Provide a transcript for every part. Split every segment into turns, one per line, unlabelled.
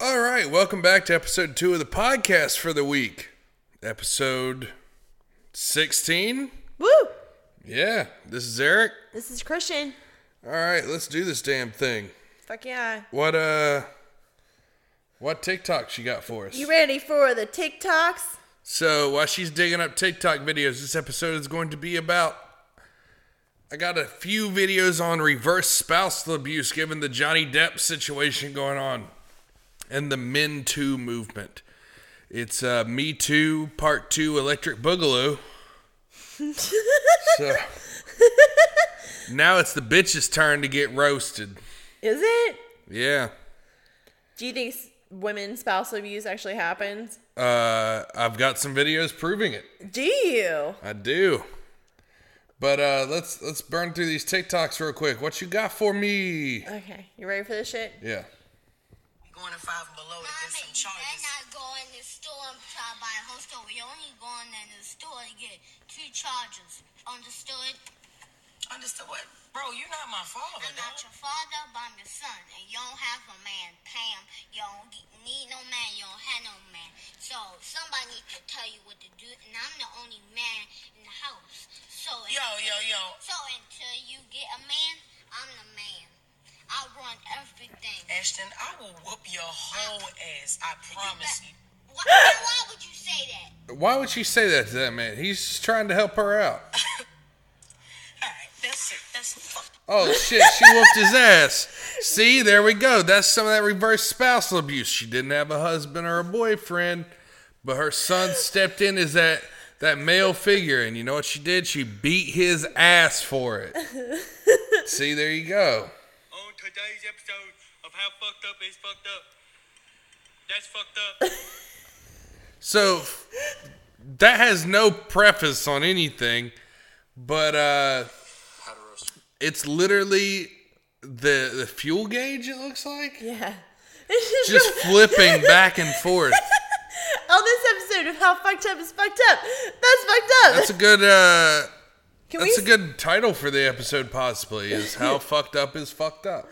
right, welcome back to episode two of the podcast for the week. Episode 16.
Woo!
Yeah, this is Eric.
This is Christian.
All right, let's do this damn thing.
Fuck yeah.
What uh what TikToks you got for us?
You ready for the TikToks?
So while she's digging up TikTok videos, this episode is going to be about I got a few videos on reverse spousal abuse given the Johnny Depp situation going on and the Men Too movement. It's uh, Me Too Part 2 Electric Boogaloo. so now it's the bitch's turn to get roasted.
Is it?
Yeah.
Do you think s- women spousal abuse actually happens?
Uh, I've got some videos proving it.
Do you?
I do. But uh, let's let's burn through these TikToks real quick. What you got for me?
Okay, you ready for this shit?
Yeah.
Going to five below to get some
Mommy, We're
charges.
not going to the store and try to buy a whole store. We're only going in the store to get two charges. Understood?
Understood what? Bro, you're not my father,
I'm not
dog.
your father, but I'm your son. And you don't have a man, Pam. You don't get- need no man. You don't have no man. So somebody needs to tell you what to do. And I'm the only man in the house. So
Yo, yo, yo.
so until you get a man, I'm the man. I run everything.
Ashton, I will whoop your whole ass. I promise you.
Why, why would you say that?
Why would she say that to that man? He's just trying to help her out.
Alright, that's it. That's fuck.
Oh shit, she whooped his ass. See, there we go. That's some of that reverse spousal abuse. She didn't have a husband or a boyfriend, but her son stepped in as that that male figure, and you know what she did? She beat his ass for it. See, there you go.
on today's episode of How Fucked Up Is Fucked Up. That's fucked up.
So that has no preface on anything, but uh it's literally the the fuel gauge it looks like
Yeah.
just flipping back and forth.
On this episode of How Fucked Up is Fucked Up, that's fucked up.
That's a good uh
Can
that's a
we?
good title for the episode possibly is how fucked up is fucked up.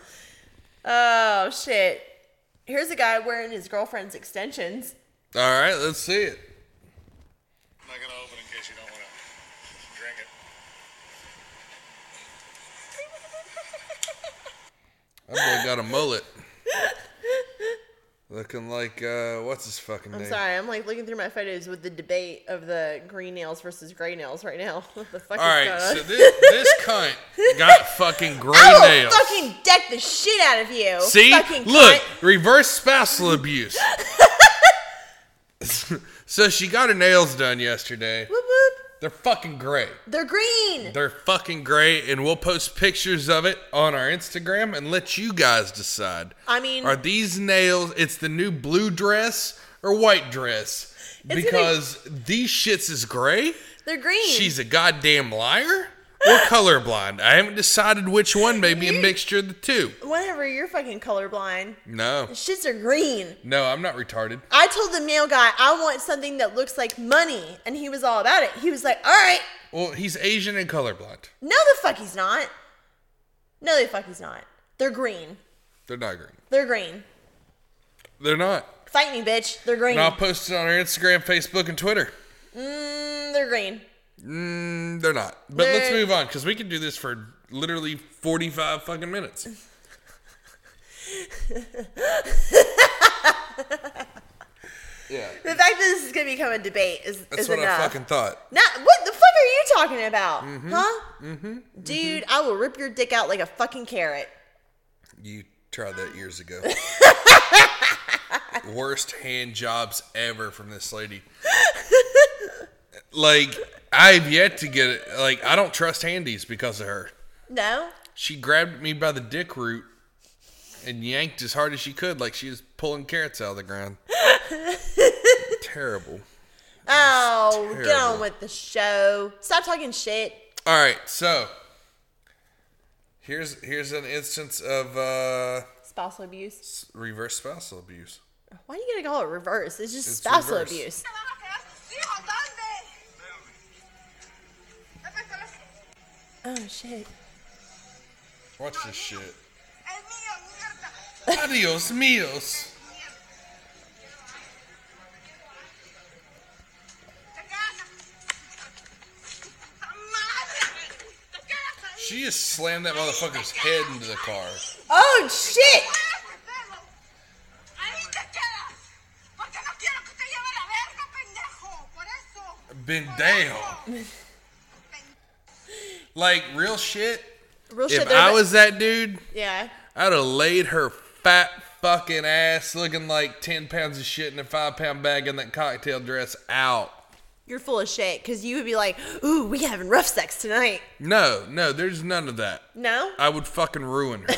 oh shit! Here's a guy wearing his girlfriend's extensions.
All right, let's see it.
I'm not gonna open in case you don't wanna drink it.
That boy got a mullet. Looking like uh what's his fucking
I'm
name?
sorry, I'm like looking through my photos with the debate of the green nails versus gray nails right now. What the fuck
All
is
right,
going on?
so this this cunt got fucking gray
I will
nails.
fucking deck the shit out of you.
See,
Fucking
look,
cunt.
reverse spousal abuse. so she got her nails done yesterday.
Whoop, whoop.
They're fucking gray.
They're green.
They're fucking gray, and we'll post pictures of it on our Instagram and let you guys decide.
I mean,
Are these nails? It's the new blue dress or white dress?
gonna-
Because these shits is gray.
they're green.
She's a goddamn liar or colorblind. I haven't decided which one. Maybe a mixture of the two.
Whatever, you're fucking colorblind.
No,
Shits are green.
no, I'm not retarded.
I told the male guy I want something that looks like money, and he was all about it. He was like, all right.
Well, he's Asian and colorblind.
No, the fuck he's not. No, the fuck he's not. They're green.
They're not green.
They're green.
They're not.
Fight me, bitch. They're green.
And I'll post it on our Instagram, Facebook, and Twitter.
Mm, they're green.
Mm, They're not. But let's
They're-
move on because we can do this for literally 45 fucking minutes. yeah.
The fact that this is gonna become a debate is
That's
is
what
enough.
I fucking thought.
Not what the fuck are you talking about, huh? Mm-hmm. Dude, I will rip your dick out like a fucking carrot.
You tried that years ago. Worst hand jobs ever from this lady. like, I've yet to get it. Like, I don't trust handies because of her.
No,
She grabbed me by the dick root and yanked as hard as she could, like she was pulling carrots out of the ground. Terrible.
oh, get
terrible.
on with the show. Stop talking shit.
All right, so here's here's an instance of uh,
Spousal abuse.
s- reverse spousal abuse.
Why are you gonna call it reverse? It's just
It's
spousal
reverse.
abuse. Oh shit.
Watch this shit. Adios, mios. She just slammed that motherfucker's head into the car.
Oh shit!
Bendejo. Like real shit.
Real shit.
If
there,
I
but-
was that dude,
yeah.
I'd have laid her fat fucking ass, looking like ten pounds of shit in a five pound bag in that cocktail dress out.
You're full of shit because you would be like, "Ooh, we having rough sex tonight."
No, no, there's none of that.
No.
I would fucking ruin her.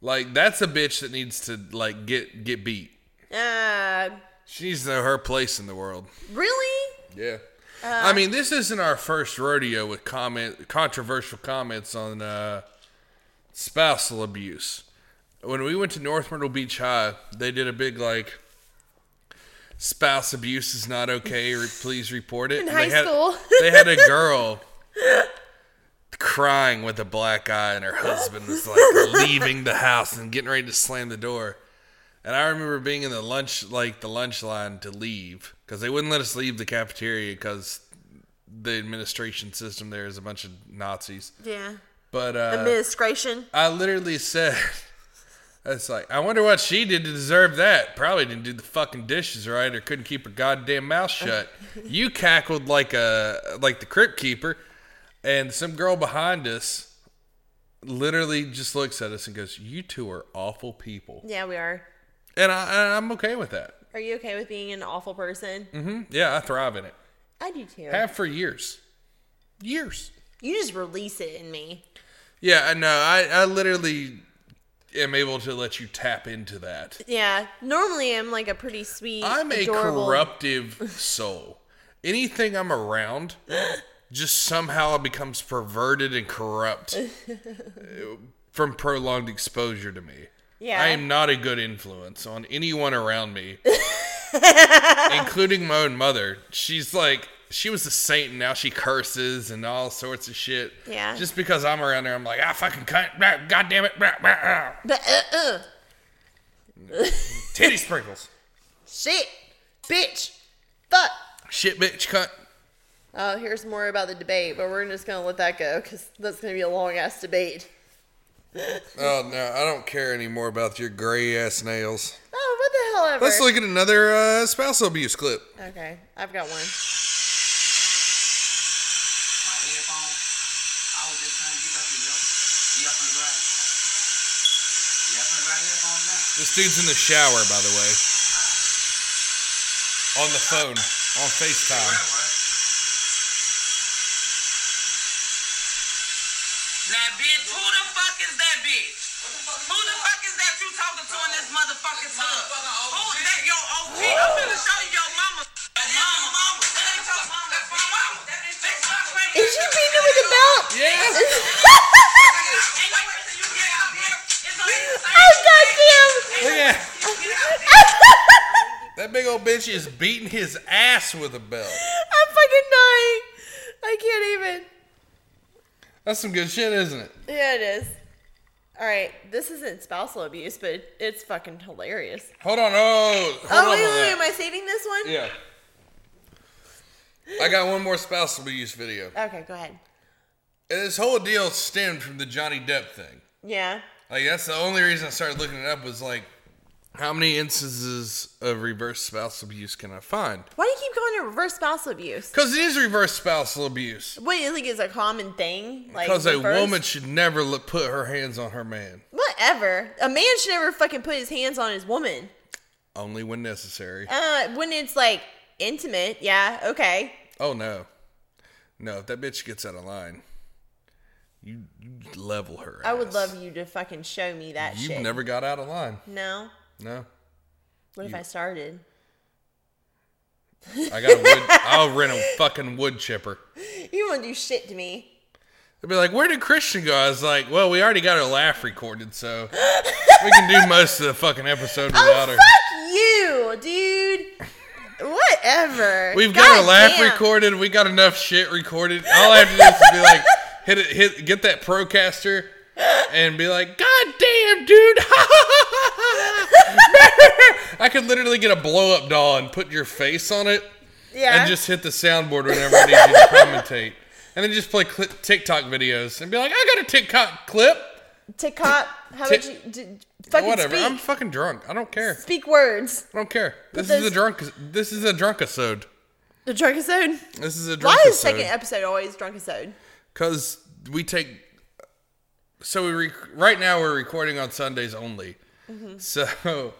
like that's a bitch that needs to like get get beat.
Uh,
She needs to know her place in the world.
really?
Yeah. I mean, this isn't our first rodeo with comment controversial comments on uh, spousal abuse. When we went to North Myrtle Beach High, they did a big like spouse abuse is not okay. Re- please report it. In
high
they had,
school.
they had a girl crying with a black eye, and her husband was like leaving the house and getting ready to slam the door. And I remember being in the lunch, like the lunch line to leave because they wouldn't let us leave the cafeteria because the administration system there is a bunch of Nazis.
Yeah.
But uh,
Administration.
I literally said, "It's like I wonder what she did to deserve that. Probably didn't do the fucking dishes right, or couldn't keep her goddamn mouth shut." you cackled like a like the crypt keeper, and some girl behind us literally just looks at us and goes, "You two are awful people,"
Yeah, we are.
and I, I'm okay with that.
Are you okay with being an awful person?
Yeah, I thrive in it.
I do too.
Mm-hmm. Have for years. Years.
you just release it in me.
Yeah, I know. I, I literally am able to let you tap into that.
Yeah. Normally, I'm like a pretty sweet,
I'm a
adorable.
corruptive soul. Anything I'm around just somehow becomes perverted and corrupt uh, from prolonged exposure to me.
Yeah.
I am not a good influence on anyone around me, including my own mother. She's like, she was a saint and now she curses and all sorts of shit.
Yeah.
Just because I'm around her, I'm like, ah, fucking cunt, blah, god damn it, blah, blah, blah."
But uh, uh,
titty sprinkles.
shit, bitch, fuck.
Shit, bitch, cunt.
Oh, here's more about the debate, but we're just gonna let that go because that's gonna be a long ass debate.
Oh, no, I don't care anymore about your gray ass nails.
Oh, what the hell ever.
Let's look at another uh, spousal abuse clip.
Okay, I've got one.
my headphones. I was just trying to get up and up. Yeah, I'm gonna grab. Yeah, I'm gonna grab headphones now.
This dude's in the shower, by the way. On the phone, on FaceTime.
Now, bitch, who the fuck is that bitch? Who the fuck is that you talking to in this motherfucking tub? Who is that your OG? I'm gonna show you your mama. Your mama. That ain't your mama. That's my mama. That ain't- that's my grandma.
Is she beating it with a belt?
Yeah.
Ain't no way till you get out there. It's on the
Oh,
same-
goddamn!
Look at that. That big old bitch is beating his ass with a belt.
I'm fucking dying. I can't
That's some good shit, isn't it?
even. Yeah, it is. All right, this isn't spousal abuse, but it's fucking hilarious.
Hold on. Oh, hold
Oh
on
wait,
to
wait, wait,
that.
am I saving this one?
Yeah. I got one more spousal abuse video.
Okay, go ahead.
And this whole deal stemmed from the Johnny Depp thing.
Yeah.
Like that's the only reason I started looking it up was like, how many instances of reverse spousal abuse can I find?
Why do you keep going to reverse spousal abuse?
Because it is reverse spousal abuse.
What do you think is a common thing? Like
Because a
reverse-
woman should never l- put her hands on her man,
Whatever. A man should never fucking put his hands on his woman.
only when necessary.
Uh, when it's like intimate, yeah, okay.
Oh no, no! If that bitch gets out of line, you, you level her.
I would
ass.
love you to fucking show me that
You've
shit.
never got out of line.
No.
No,
What if I started?
I got. A wood, I'll rent a fucking wood chipper.
You won't do shit to me.
They'd be like, "Where did Christian go?" I was like, "Well, we already got her laugh recorded, so we can do most of the fucking episode without her."
Oh, fuck you, dude. Whatever.
We've got her
God
laugh
damn.
recorded. We got enough shit recorded. All I have to do is be like, hit it, hit, get that procaster, and be like, "God damn, dude!" I could literally get a blow up doll and put your face on it,
Yeah.
and just hit the soundboard whenever I need you to commentate. and then just play cli TikTok videos and be like, I got a TikTok clip.
TikTok. How
Tick-
did you did, fucking
Whatever.
speak?
I'm fucking drunk. I don't care.
speak words.
I don't care. This is
those-
a drunk. This is a drunk episode.
The drunk episode.
This is a drunk
Why is
episode.
second episode always drunk episode?
Because we take. So we rec- right now we're recording on Sundays only.
Mm-hmm.
So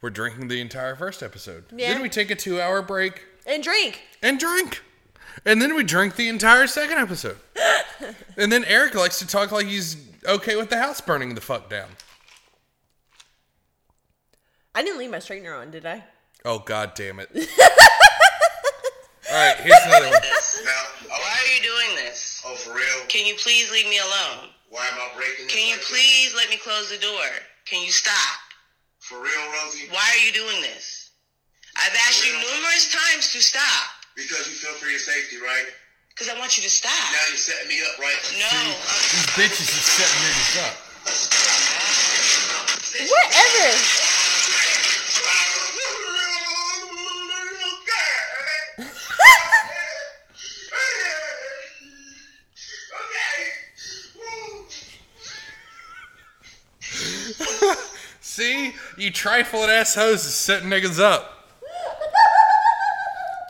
we're drinking the entire first episode.
Yeah.
Then we take a two hour break
And drink.
and drink. And then we drink the entire second episode. and then Eric likes to talk like he's okay with the house burning the fuck down.
I didn't leave my straightener on, did I?
Oh, god damn it. All right, here's another one.
Now,
Why
oh,
are you doing this?
oh, for real?
Can you please leave me alone?
Why am I breaking this?
Can you
like this?
please let me close the door? Can you stop?
For real, Rosie?
Why are you doing this? I've asked you numerous times to stop
Because you feel for your safety, right?
because I want you to
Now
stop.
you're setting me up, right?
No, I'm-
These bitches is setting niggas up.
Whatever.
See, you trifling ass hoes is setting niggas up.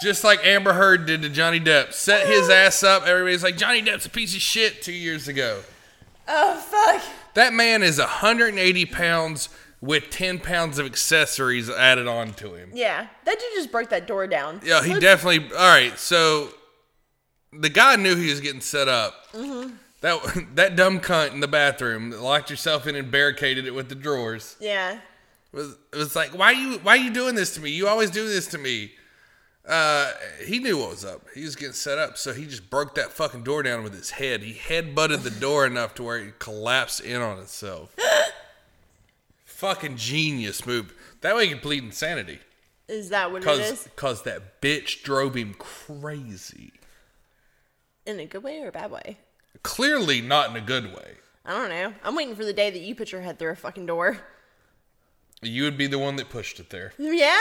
Just like Amber Heard did to Johnny Depp. Set his ass up. Everybody's like, Johnny Depp's a piece of shit two years ago.
Oh fuck.
That man is 180 pounds with 10 pounds of accessories added on to him.
Yeah, that dude just broke that door down.
Yeah, he definitely. All right, so the guy knew he was getting set up. That, that dumb cunt in the bathroom that locked herself in and barricaded it with the drawers.
Yeah.
was was like, why you why you doing this to me? You always do this to me. Uh, he knew what was up. He was getting set up, so he just broke that fucking door down with his head. He head butted the door enough to where it collapsed in on itself. fucking genius move. That way he could plead insanity.
Is that what it
Cause,
is?
cause that bitch drove him crazy.
In a good way or a bad way?
Clearly not in a good way.
I don't know. I'm waiting for the day that you put your head through a fucking door.
You would be the one that pushed it there.
Yeah?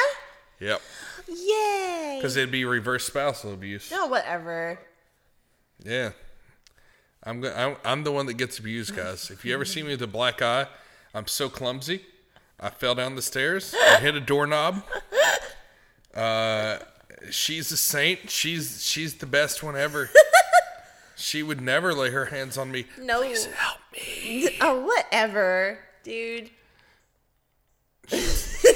Yep.
Yay.
Because it'd be reverse spousal abuse.
No, whatever.
Yeah, I'm go- I'm, I'm the one that gets abused, guys. If you ever see me with a black eye, I'm so clumsy. I fell down the stairs and hit a doorknob. Uh, she's a saint. She's she's the best one ever. she would never lay her hands on me.
No.
Please help me.
Oh, whatever, dude.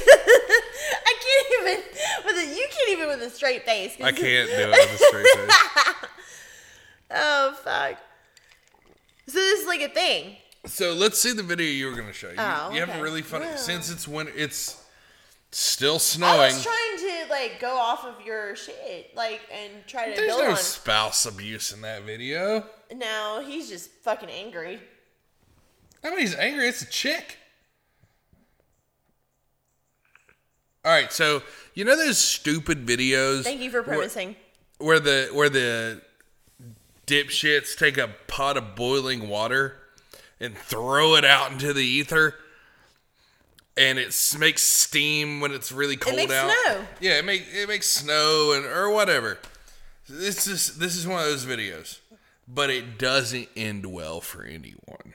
I can't even with a, you can't even with a straight face.
I can't do it with a straight face.
Oh fuck. So this is like a thing.
So let's see the video you were gonna show. You,
Oh,
you have
okay.
a really funny since it's when it's still
I
snowing.
was trying to like go off of your shit, like and try to
There's
build
no spouse abuse in that video.
on. No, he's just fucking angry.
I mean, he's angry. It's a chick. All right, so you know those stupid videos
Thank you for premising.
where the where the dipshits take a pot of boiling water and throw it out into the ether, and it s- makes steam when it's really cold
makes
out.
snow.
Yeah, it makes it makes snow and or whatever. This is this is one of those videos, but it doesn't end well for anyone.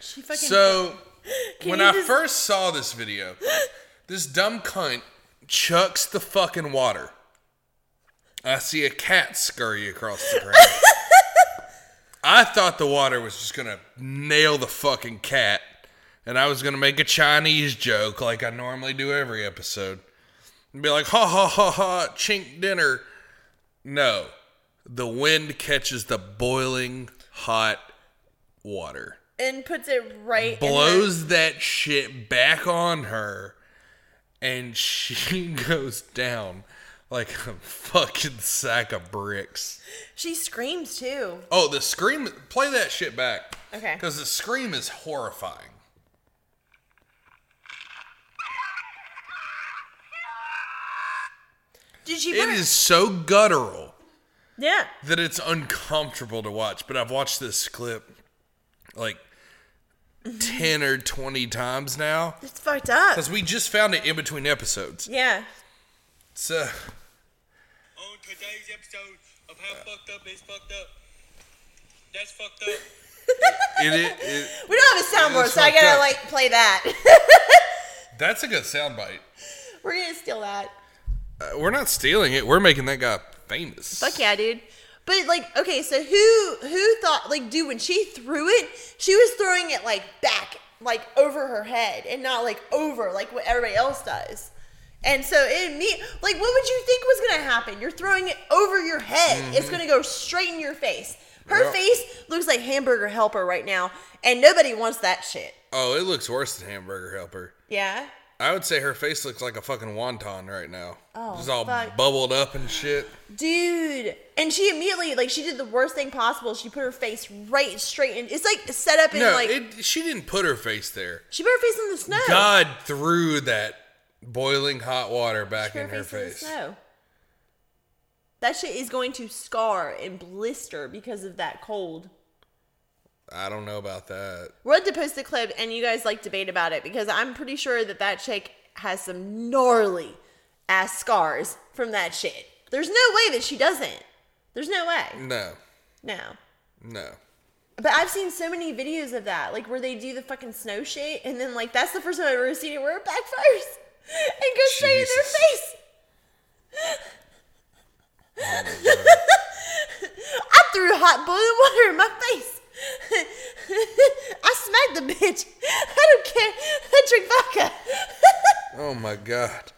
She fucking
So when
you
I
just-
first saw this video, this dumb cunt chucks the fucking water. I see a cat scurry across the ground. I thought the water was just gonna nail the fucking cat, and I was gonna make a Chinese joke like I normally do every episode. And be like, ha ha ha ha, chink dinner. No. The wind catches the boiling hot water
and puts it right in her-
blows that shit back on her and she goes down like a fucking sack of bricks.
She screams too.
Oh, the scream play that shit back.
Okay.
Cuz the scream is horrifying.
Did she?
It
burn?
is so guttural
Yeah.
that it's uncomfortable to watch, but I've watched this clip like 10 or 20 times now
It's fucked up.
because we just found it in between episodes.
Yeah.
So,
On today's episode of How Fucked Up Is Fucked Up. That's fucked up.
it, it, it,
We don't have a soundboard,
It's
so I
fucked
gotta
up.
like play that.
that's a good soundbite.
We're gonna steal that.
Uh, we're not stealing it, we're making that guy famous.
Fuck yeah, dude. But like, okay, so who who thought like, dude, when she threw it, she was throwing it like back, like over her head, and not like over like what everybody else does. And so it me like, what would you think was gonna happen? You're throwing it over your head. It's gonna go straight in your face. Her
Yeah.
face looks like hamburger helper right now, and nobody wants that shit.
Oh, it looks worse than Hamburger Helper.
Yeah.
I would say her face looks like a fucking wonton right now.
Oh,
It's all
fuck.
bubbled up and shit.
Dude, and she immediately like she did the worst thing possible. She put her face right straight in. It's like set up in
No,
like
it, she didn't put her face there.
She put her face in the snow.
God threw that boiling hot water
she
back
put
in her
the
face.
snow. That shit is going to scar and blister because of that cold.
I don't know about that.
We're to post the clip and you guys like debate about it because I'm pretty sure that that chick has some gnarly ass scars from that shit. There's no way that she doesn't. There's no way.
No,
No.
no.
But I've seen so many videos of that, like where they do the fucking snow shit and then like that's the first time I've ever seen it where it backfires and goes straight in
Jesus.
their face.
Oh my God.
I threw hot boiling water in my face. I smacked the bitch. I don't care. I drink vodka.
oh my god.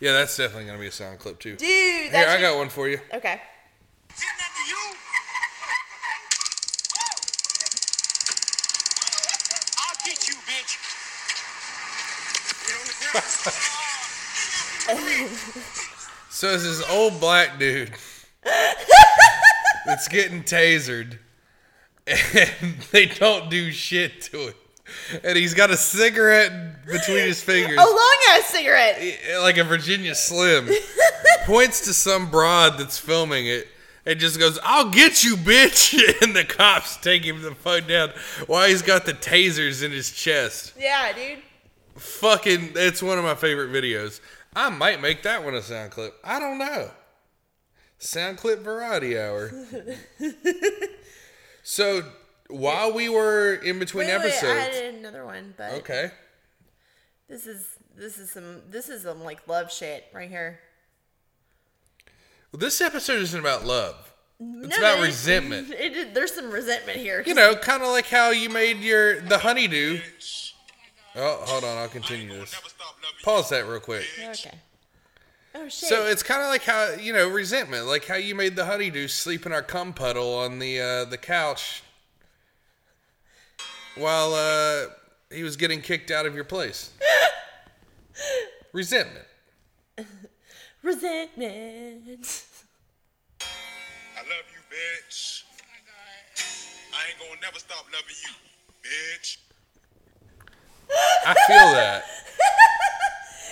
Yeah, that's definitely gonna be a sound clip too.
Dude,
Here,
that's
I got one for you.
Okay.
I'll get you, bitch. Get on the ground.
So it's this old black dude that's getting tasered, and they don't do shit to it. And he's got a cigarette between his fingers.
A Oh, long ass cigarette.
like a Virginia Slim, points to some broad that's filming it and just goes, I'll get you, bitch. And the cops take him the fuck down while he's got the tasers in his chest.
Yeah, dude.
Fucking, it's one of my favorite videos. I might make that one a sound clip. I don't know. Sound clip variety hour. so while we were in between
Wait, wait, I
episodes.
had another one, but
Okay.
this is this is some this is some like love shit right here.
Well, this episode isn't about love. It's
No,
about
it is-
resentment.
It, is- there's some resentment here.
you know, kind of like how you made your the honeydew. Oh, hold on, I'll continue this. Pause that real quick.
Okay. Oh shit.
So it's kind of like how you know resentment, like how you made the honeydew sleep in our cum puddle on the uh, the couch while uh, he was getting kicked out of your place. resentment.
resentment.
I love you, bitch. I ain't gonna never stop loving you, bitch.
I feel that.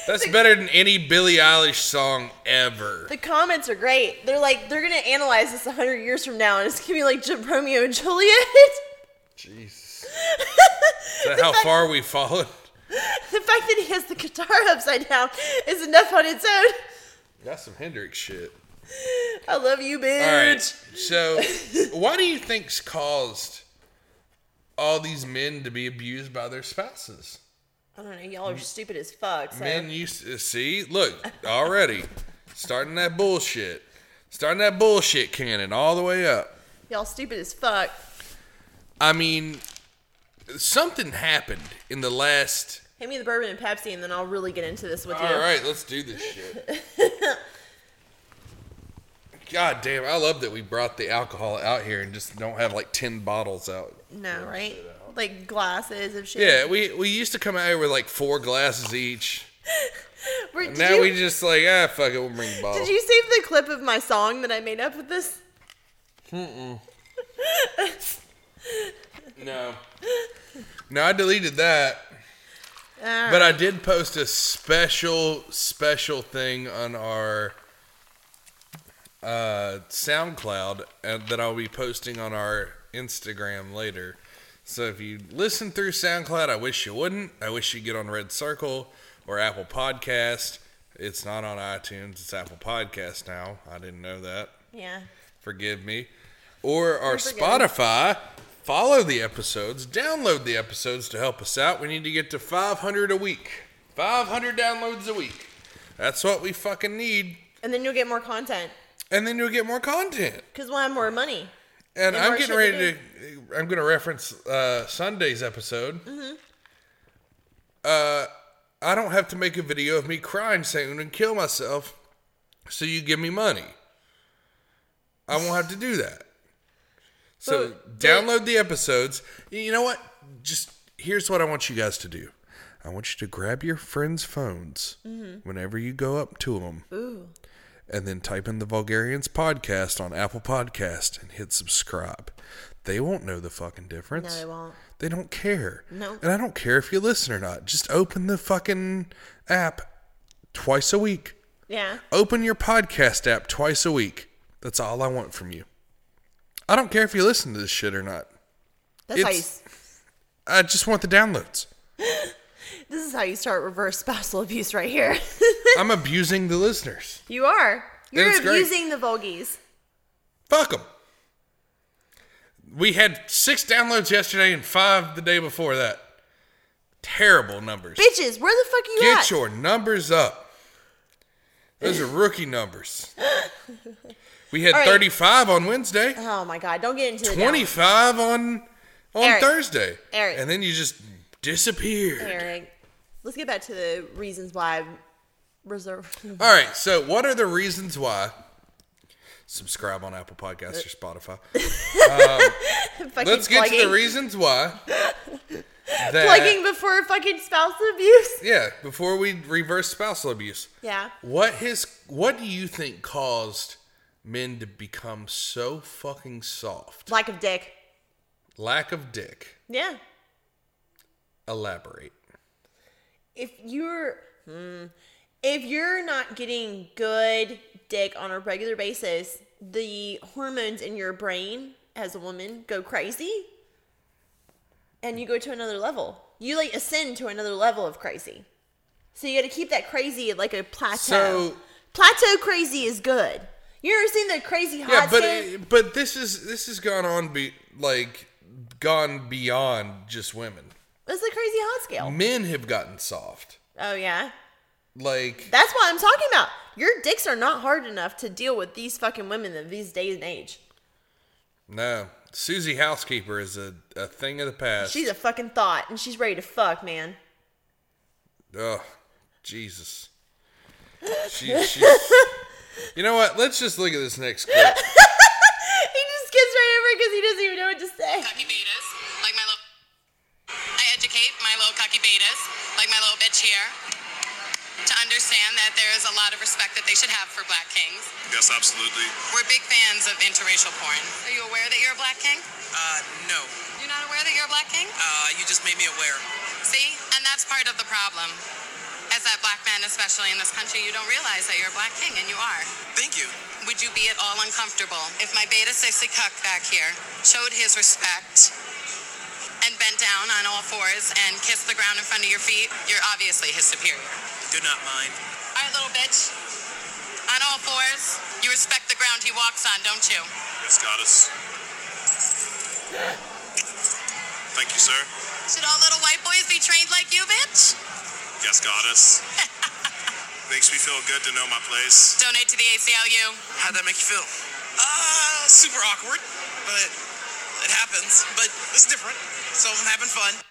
That's better than any Billie Eilish song ever.
The comments are great. They're like they're gonna analyze this hundred years from now, and it's gonna be like Ju- Romeo and Juliet.
Jesus. Is that how
fact-
far we've fallen?
the fact that he has the guitar upside down is enough on its own.
That's some Hendrix shit.
I love you, bitch.
All right. So, what do you think's caused all these men to be abused by their spouses?
I don't know. Y'all are stupid as fuck. So.
Men used to see. Look, already starting that bullshit. Starting that bullshit cannon all the way up.
Y'all stupid as fuck.
I mean, something happened in the last.
Hand me the bourbon and Pepsi, and then I'll really get into this with you.
All right, let's do this shit. God damn, I love that we brought the alcohol out here and just don't have like 10 bottles out.
No, right? Like glasses of shit.
Yeah, we we used to come out here with like four glasses each.
Wait, did
Now
you,
we just like ah fuck it, we'll bring a bottle.
Did you save the clip of my song that I made up with this?
No. No, I deleted that,
Uh,
but I did post a special special thing on our uh, SoundCloud uh, that I'll be posting on our Instagram later. So if you listen through SoundCloud, I wish you wouldn't. I wish you'd get on Red Circle or Apple Podcast. It's not on iTunes, it's Apple Podcast now. I didn't know that.
Yeah.
Forgive me. Or our
forgiven.
Spotify. Follow the episodes, download the episodes to help us out. We need to get to 500 a week. 500 downloads a week. That's what we fucking need.
And then you'll get more content
And then you'll get more content.
because we'll have more money.
And
And
I'm
more
getting
shit
ready
to
to. I'm going to reference uh, Sunday's episode.
Mm-hmm.
Uh, I don't have to make a video of me crying soon and kill myself, so you give me money. I won't have to do that. So
But- but-
download the episodes. Y- You know what? Just here's what I want you guys to do. I want you to grab your friends' phones
Mm-hmm.
whenever you go up to them and then type in the Vulgarians podcast on Apple Podcast and hit subscribe. They won't know the fucking difference.
No, they won't.
They don't care.
No.
And I don't care if you listen or not. Just open the fucking app twice a week.
Yeah.
Open your podcast app twice a week. That's all I want from you. I don't care if you listen to this shit or not.
That's how you.
It's- I just want the downloads.
This is how you start reverse spousal abuse right here.
I'm abusing the listeners.
you are. You're
It's great.
abusing the Vogies.
Fuck them. We had six downloads yesterday and five the day before that. Terrible numbers.
Bitches, where the fuck you
Get
at?
your numbers up. Those are rookie numbers. We had
All right.
35 on Wednesday,
oh my god, don't get into the
25 on on
Eric.
Thursday,
Eric.
and then you just disappeared.
down- Eric. Let's get back to the reasons why I reserve.
All right. So, what are the reasons why? Subscribe on Apple Podcasts or Spotify. Um,
fucking
Let's get
plugging,
to the reasons why. That,
plugging before fucking spousal abuse.
yeah, before we reverse spousal abuse.
Yeah.
What his what do you think caused men to become so fucking soft?
Lack of dick.
Lack of dick.
Yeah.
Elaborate.
if you're hmm, if you're not getting good dick on a regular basis, the hormones in your brain as a woman go crazy and you go to another level. You like ascend to another level of crazy. So you got to keep that crazy at like a plateau.
So-
plateau crazy is good. You ever seen the crazy hot
Yeah, but
skin?
but this is this has gone on be like gone beyond just women.
What's the crazy hot scale?
Men have gotten soft.
Oh yeah.
Like
That's what I'm talking about. Your dicks are not hard enough to deal with these fucking women of these days and age.
no. Susie Housekeeper is a, a thing of the past.
She's a fucking thought, and she's ready to fuck, man.
Oh, Jesus. She, she's, you know what? Let's just look at this next clip.
He just gets right over because he doesn't even know what to say.
cocky betas, like my little. I educate my little cocky betas, like my little bitch here, to understand that there is a lot of respect that they should have for black kings.
Yes, absolutely.
We're big fans of interracial porn. Are you aware that you're a black king?
Uh, no.
You're not aware that you're a black king?
Uh, you just made me aware.
See, and that's part of the problem. As that black man, especially in this country, you don't realize that you're a black king, and you are.
Thank you.
Would you be at all uncomfortable if my beta sexy cuck back here showed his respect and bent down on all fours and kissed the ground in front of your feet? You're obviously his superior.
Do not mind.
All right, little bitch. On all fours, you respect the ground he walks on, don't you?
Yes, goddess. Thank you, sir.
Should all little white boys be trained like you, bitch?
Yes, goddess. Makes me feel good to know my place.
Donate to the ACLU.
How'd that make you feel? Uh, super awkward, but it happens. But it's different, so I'm having fun.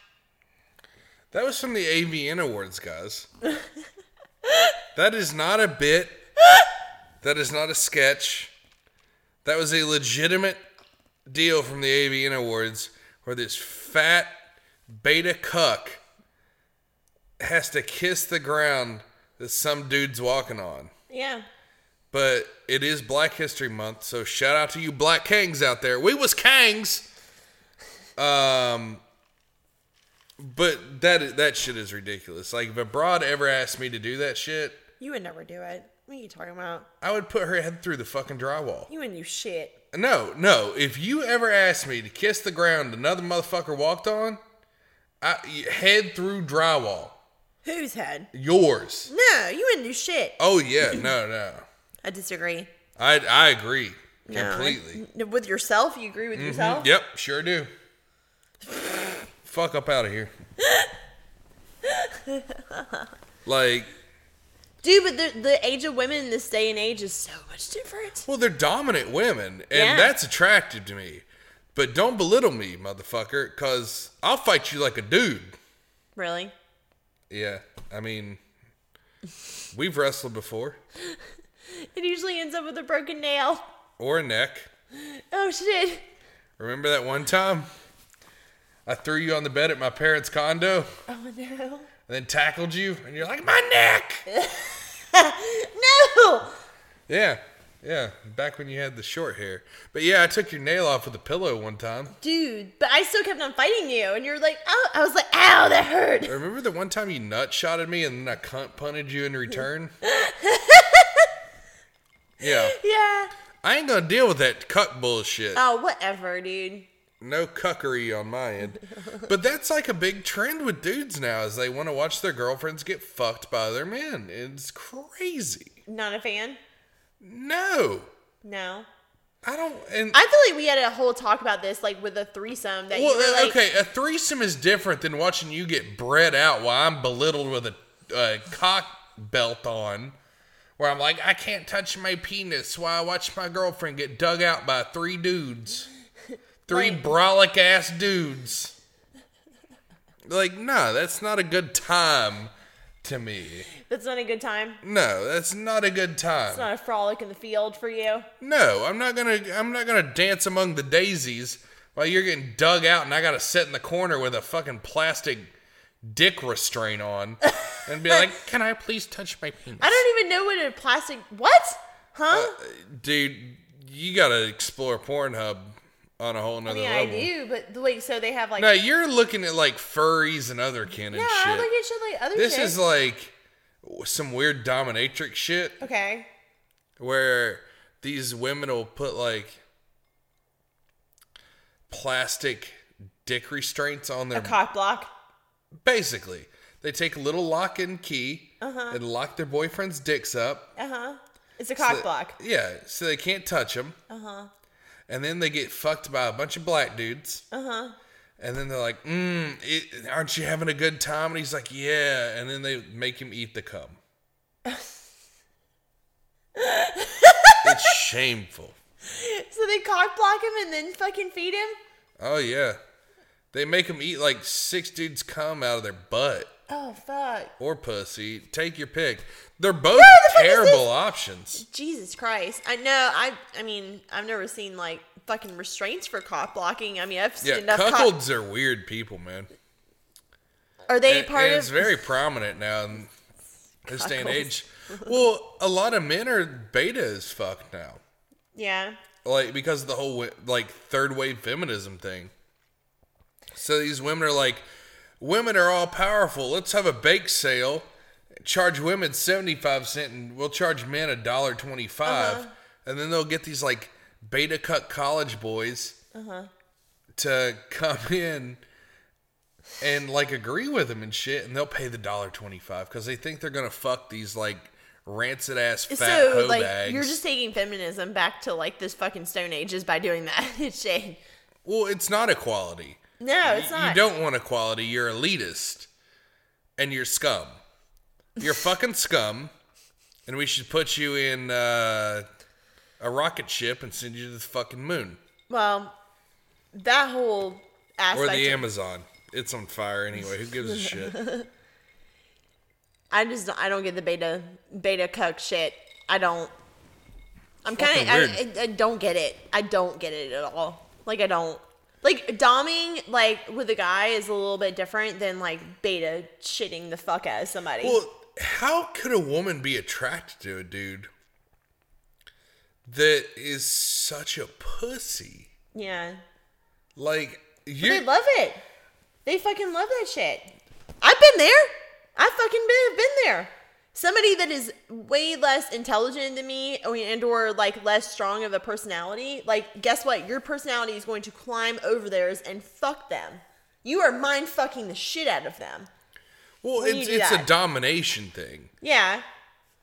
That was from the AVN Awards, guys. That is not a bit. That is not a sketch. That was a legitimate deal from the AVN Awards where this fat beta cuck has to kiss the ground that some dude's walking on.
Yeah.
But it is Black History Month, so shout out to you Black Kangs out there. We was Kangs. Um, but that that shit is ridiculous. Like if a broad ever asked me to do that shit,
You would never do it. What are you talking about?
I would put her head through the fucking drywall.
You wouldn't do shit.
No, no. If you ever asked me to kiss the ground another motherfucker walked on, I y- head through drywall.
Who's head?
Yours.
No, you wouldn't do shit.
Oh yeah, no, no.
I disagree.
I I agree
No,
completely. Mm-hmm.
I- with yourself, you agree with yourself?
Yep, sure do. Fuck up out of here. like,
Dude, but the, the age of women in this day and age is so much different.
well, they're dominant women, and
Yeah.
that's attractive to me. But don't belittle me, motherfucker, because I'll fight you like a dude.
Really?
Yeah, I mean, we've wrestled before,
It usually ends up with a broken nail.
or a neck.
Oh shit.
Remember that one time I threw you on the bed at my parents' condo
Oh no.
and then tackled you, and you're like, my neck!
No!
yeah, yeah, back when you had the short hair. But yeah, I took your nail off with a pillow one time.
Dude, but I still kept on fighting you, and you're like, oh, I was like, ow, that hurt.
Remember the one time you nut shot at me and then I cunt punted you in return? yeah,
Yeah.
I ain't gonna deal with that cuck bullshit.
Oh, whatever, dude.
no cuckery on my end. But that's like a big trend with dudes now is they want to watch their girlfriends get fucked by their men. It's crazy.
Not a fan?
No.
No.
I don't and
I feel like we had a whole talk about this, like with a threesome that you
well, uh,
were like,
okay, a threesome is different than watching you get bred out while I'm belittled with a, a cock belt on where I'm like I can't touch my penis while I watch my girlfriend get dug out by three dudes. Three
Like-
brolic ass dudes. Like, nah, that's not a good time to me.
that's not a good time.
No, that's not a good time.
It's not a frolic in the field for you.
No, I'm not gonna. I'm not gonna dance among the daisies while you're getting dug out, and I gotta sit in the corner with a fucking plastic dick restraint on, and be like, "Can I please touch my penis?"
I don't even know what a plastic. What? Huh?
Uh, Dude, you gotta explore Pornhub on a whole
I
nother
mean, I
level.
do, but the- wait, so they have like.
No, you're looking at like furries and other kin and
yeah,
shit.
I look at shit like other
this
shit.
is like some weird dominatrix shit.
okay.
where these women will put like plastic dick restraints on their
A cock block.
basically they take a little lock and key
Uh-huh.
and lock their boyfriend's dicks up
Uh huh. It's a cock
So-
block. Uh-huh.
yeah so they can't touch them and then they get fucked by a bunch of black dudes
Uh-huh.
and then they're like mm, it, aren't you having a good time and he's like yeah and then they make him eat the cum it's shameful
So they cock block him and then fucking feed him?
Oh yeah, they make them eat like six dudes cum out of their butt
Oh, fuck.
or pussy. Take your pick. They're both
the fuck is
terrible options.
Jesus Christ. I know. I I mean, I've never seen like fucking restraints for cock blocking. I mean, I've seen
Yeah,
enough. Cock-
cuckolds are weird people, man.
are they
And,
part
and
of.
it's very prominent now in this day and age. Well, a lot of men are beta as fuck now,
yeah.
like because of the whole wi- like third wave feminism thing. So these women are like, women are all powerful. Let's have a bake sale, charge women seventy five cent, and we'll charge men a dollar twenty
Uh-huh.
and then they'll get these like beta cut college boys
Uh-huh.
to come in and like agree with them and shit, and they'll pay the dollar twenty five because they think they're gonna fuck these like rancid ass fat
So,
hoe
like,
bags.
you're just taking feminism back to like this fucking Stone Ages by doing that shit.
well, it's not equality.
No, it's not.
You don't want equality. You're elitist, and you're scum. You're fucking scum, and we should put you in uh, a rocket ship and send you to the fucking moon
Well, that whole aspect.
or the
of-
Amazon. It's on fire anyway. Who gives a shit?
I just don't- I don't get the beta beta cuck shit. I don't. I'm kind of
fucking
I,
weird.
I, I don't get it. I don't get it at all. Like I don't like doming like with a guy is a little bit different than like beta shitting the fuck out of somebody.
Well, how could a woman be attracted to a dude that is such a pussy?
yeah,
Like
they
you,
love it. They fucking love that shit. I've been there. I fucking been, been there. somebody that is way less intelligent than me I mean, and or like less strong of a personality, like guess what? Your personality is going to climb over theirs and fuck them. You are mind fucking the shit out of them.
Well,
When you
it's
do
it's a
that.
domination thing,
Yeah.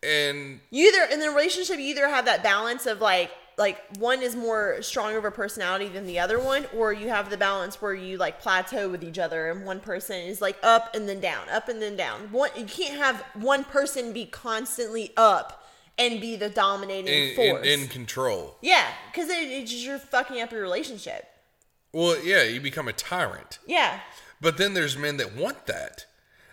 and
You either in the relationship you either have that balance of like like one is more strong of a personality than the other one, or you have the balance where you like plateau with each other and one person is like up and then down, up and then down. One you can't have one person be constantly up and be the dominating
in, in,
force.
in control.
yeah, because it, it's just you're fucking up your relationship.
Well, yeah, you become a tyrant.
Yeah.
But then there's men that want that.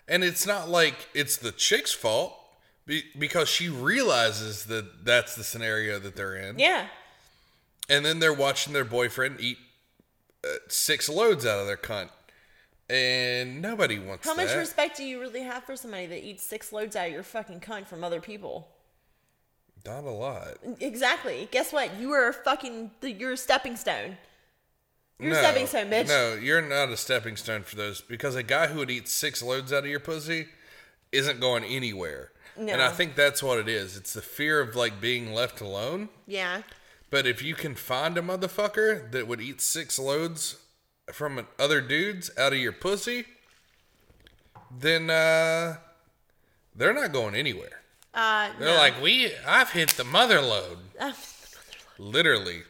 And it's not like it's the chick's fault be- because she realizes that that's the scenario that they're in.
Yeah.
And then they're watching their boyfriend eat uh, six loads out of their cunt. And nobody wants
How much
that.
respect do you really have for somebody that eats six loads out of your fucking cunt from other people?
not a lot.
Exactly. Guess what? You are a fucking. You're a stepping stone. You're a
no,
stepping stone, bitch.
No, you're not a stepping stone for those because a guy who would eat six loads out of your pussy isn't going anywhere. And
No.
I think that's what it is. It's the fear of like being left alone.
Yeah.
But if you can find a motherfucker that would eat six loads from an- other dudes out of your pussy, then uh, they're not going anywhere.
Uh,
They're
no.
like, we, I've hit the mother load, literally.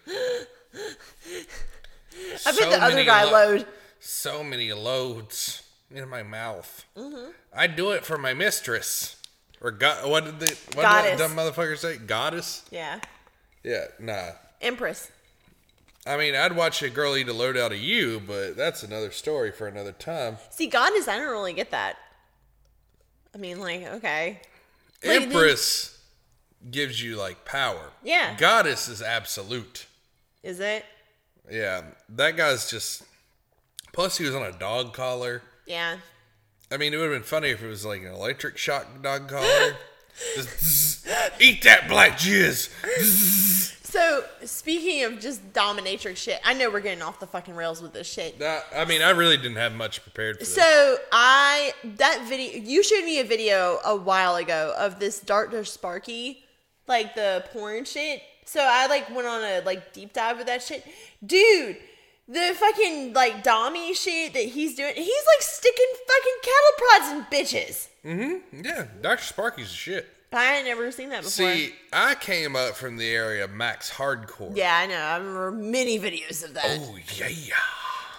I bet the other guy load.
So many loads in my mouth.
Mm-hmm.
I do it for my mistress. Or God, what did the what
Goddess.
did that dumb motherfucker say? Goddess?
Yeah.
Yeah, nah.
Empress.
I mean, I'd watch a girl eat a load out of you, but that's another story for another time.
See, goddess. I don't really get that. I mean, like, okay. Like, the-
Empress gives you like power.
Yeah.
Goddess is absolute.
Is it?
Yeah. That guy's just. Plus, he was on a dog collar.
Yeah.
I mean, it would have been funny if it was like an electric shock dog collar. Just zzz, eat that black jizz.
So speaking of just dominatrix shit, I know we're getting off the fucking rails with this shit.
That, I mean, I really didn't have much prepared for this.
So I that video you showed me a video a while ago of this Dr. Sparky, like the porn shit. So I like went on a like deep dive with that shit. Dude, the fucking like Dommy shit that he's doing, he's like sticking fucking cattle prods in bitches.
Yeah, Dr. Sparky's the shit.
I had never seen that before.
See, I came up from the area of Max Hardcore.
yeah, I know. I remember many videos of that.
Oh, yeah.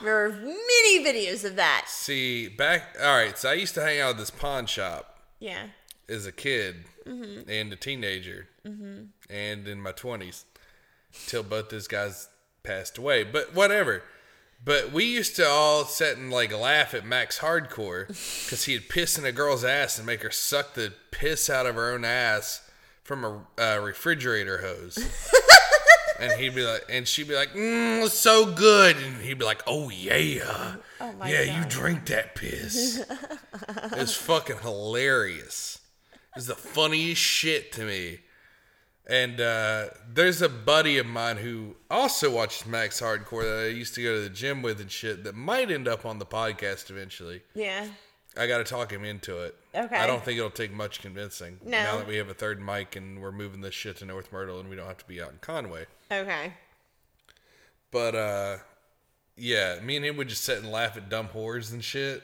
remember many videos of that.
See, back. All right, so I used to hang out at this pawn shop
Yeah.
as a kid
Mm-hmm.
and a teenager and in my 20s till both those guys passed away. But whatever. But we used to all sit and like laugh at Max Hardcore because he'd piss in a girl's ass and make her suck the piss out of her own ass from a uh, refrigerator hose. and he'd be like, and she'd be like, mm, so good. And he'd be like, oh yeah.
Oh my
yeah,
God.
you drink that piss. It's fucking hilarious. It's the funniest shit to me. And uh, there's a buddy of mine who also watches Max Hardcore that I used to go to the gym with and shit that might end up on the podcast eventually.
Yeah.
I got to talk him into it.
Okay.
I don't think it'll take much convincing.
No.
Now that we have a third mic and we're moving this shit to North Myrtle and we don't have to be out in Conway.
Okay.
But uh yeah, me and him would just sit and laugh at dumb whores and shit.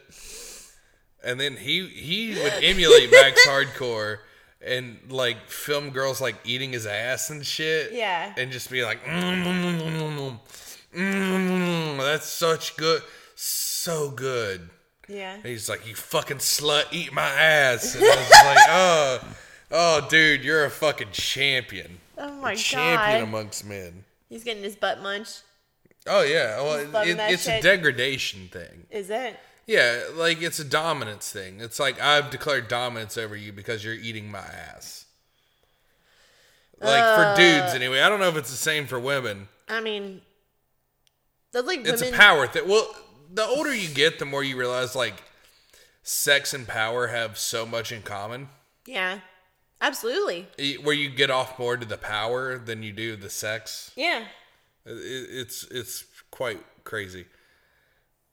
And then he he would emulate Max Hardcore and like film girls like eating his ass and shit.
Yeah.
And just be like, mm, mm, mm, mm, mm, mm, mm, that's such good, so good.
Yeah.
And he's like, you fucking slut, eat my ass. And I was like, oh, oh, dude, you're a fucking champion.
Oh my
a champion
God.
amongst men.
He's getting his butt munched.
Oh yeah, well,
Just loving
it,
that
it's
shit.
a degradation thing.
Is it?
Yeah, like it's a dominance thing. It's like I've declared dominance over you because you're eating my ass. Like for
Uh,
dudes, anyway. I don't know if it's the same for women.
I mean, that's like
It's
women.
a power thing. Well, the older you get, the more you realize like sex and power have so much in common.
Yeah, absolutely.
E- Where you get off more to the power than you do the sex.
Yeah,
It- It's it's quite crazy.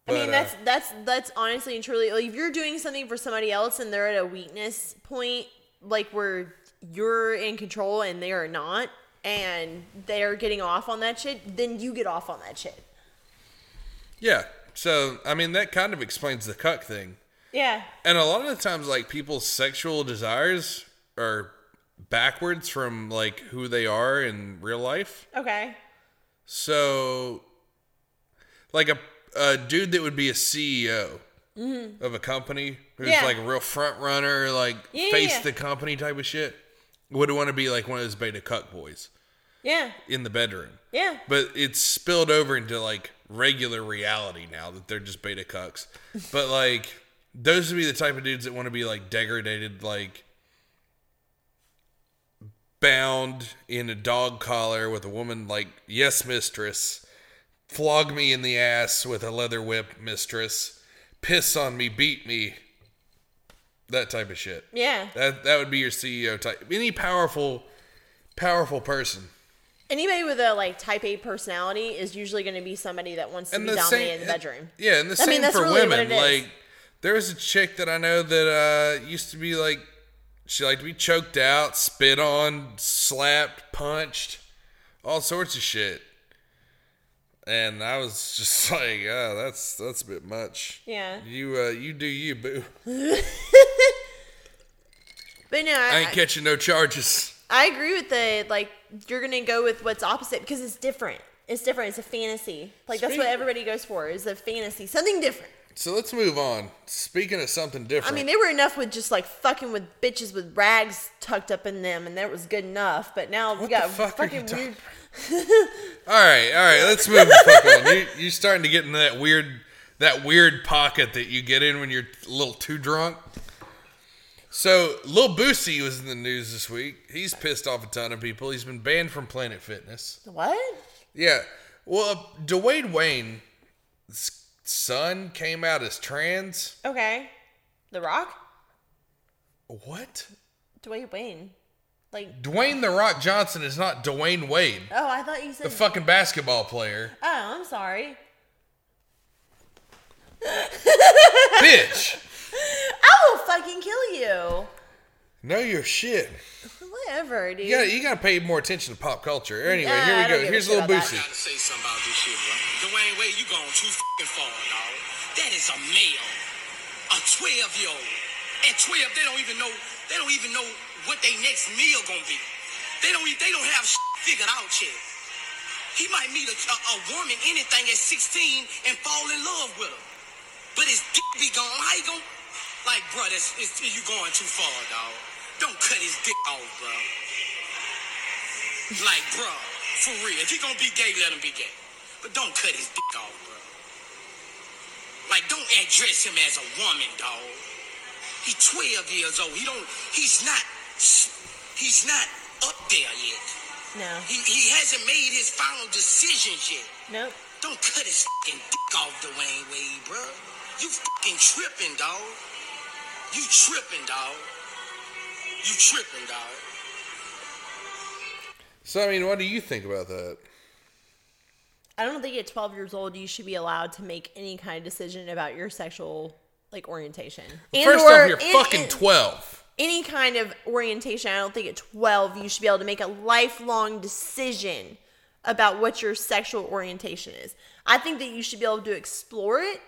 I mean
But, uh,
that's that's that's honestly and truly. Like, if you're doing something for somebody else and they're at a weakness point, like where you're in control and they are not, and they're getting off on that shit, then you get off on that shit.
Yeah. So, I mean, that kind of explains the cuck thing.
Yeah.
And a lot of the times, like, people's sexual desires are backwards from, like, who they are in real life.
Okay.
So, like, a, a dude that would be a CEO of a company who's,
Mm-hmm. Yeah.
like, a real front runner, like,
Yeah,
face
yeah.
the company type of shit, would want to be, like, one of those beta cuck boys
Yeah.
in the bedroom.
Yeah.
But it's spilled over into like regular reality now that they're just beta cucks. But like those would be the type of dudes that want to be like degraded, like bound in a dog collar with a woman like yes mistress, flog me in the ass with a leather whip mistress, piss on me, beat me. That type of shit.
Yeah.
That that would be your CEO type. Any powerful powerful person.
Anybody with a like type A personality is usually going to be somebody that wants to be dominated in the bedroom.
Yeah, and the
I
same
mean, that's
for
really what
women.
it is.
Like there was a chick that I know that uh, used to be like she liked to be choked out, spit on, slapped, punched, all sorts of shit. And I was just like, oh, that's that's a bit much.
Yeah.
You uh, you do you, boo.
But no,
I
I,
ain't catching no charges.
I agree with the like you're gonna go with what's opposite because it's different. It's different. It's a fantasy. Like that's what
Speak-
everybody goes for is a fantasy, something different.
So let's move on. Speaking of something
I
different,
mean, they were enough with just like fucking with bitches with rags tucked up in them, and that was good enough. But now we
What
got
the fuck are you
fucking
talking
weird.
All right, all right. Let's move the fuck on. You, you're starting to get into that weird, that weird pocket that you get in when you're a little too drunk. So Lil Boosie was in the news this week. He's pissed off a ton of people. He's been banned from Planet Fitness.
What?
Yeah. Well, uh, Dwayne Wayne's son came out as trans.
Okay. The Rock,
What?
Dwayne Wayne. Like,
Dwayne the Rock Johnson is not Dwayne Wade,
oh, I thought you said.
the fucking basketball player.
oh, I'm sorry.
Bitch.
I will fucking kill you.
Know your shit.
Whatever, dude.
You gotta, you gotta pay more attention to pop culture. Anyway, here
Yeah, I
we
don't
go.
give a
Here's a
shit
little
about
Boosie.
gotta say something about this shit, bro. Dwayne Wade, you gone too fucking far, dog. That is a male, a 12 year old. At 12, they don't even know. They don't even know what their next meal gonna be. They don't. e- They don't have shit figured out yet. He might meet a, a, a woman, anything at 16, and fall in love with her. But his dick be gone. How you gonna? Like, bro, that's it's, you going too far, dog. Don't cut his dick off, bro. Like, bro, for real. If he gonna be gay, let him be gay. But don't cut his dick off, bro. Like, don't address him as a woman, dog. He 12 years old. He don't. He's not. He's not up there yet.
No.
He, he hasn't made his final decisions yet.
Nope.
Don't cut his fucking dick off, Dwayne Wade, bro. You fucking tripping, dog. You tripping, dog. You tripping, dog.
So, I mean, what do you think about that?
I don't think at 12 years old you should be allowed to make any kind of decision about your sexual like orientation. And
First
or-
off, you're
and-
fucking
and
12.
Any kind of orientation, I don't think at 12 you should be able to make a lifelong decision about what your sexual orientation is. I think that you should be able to explore it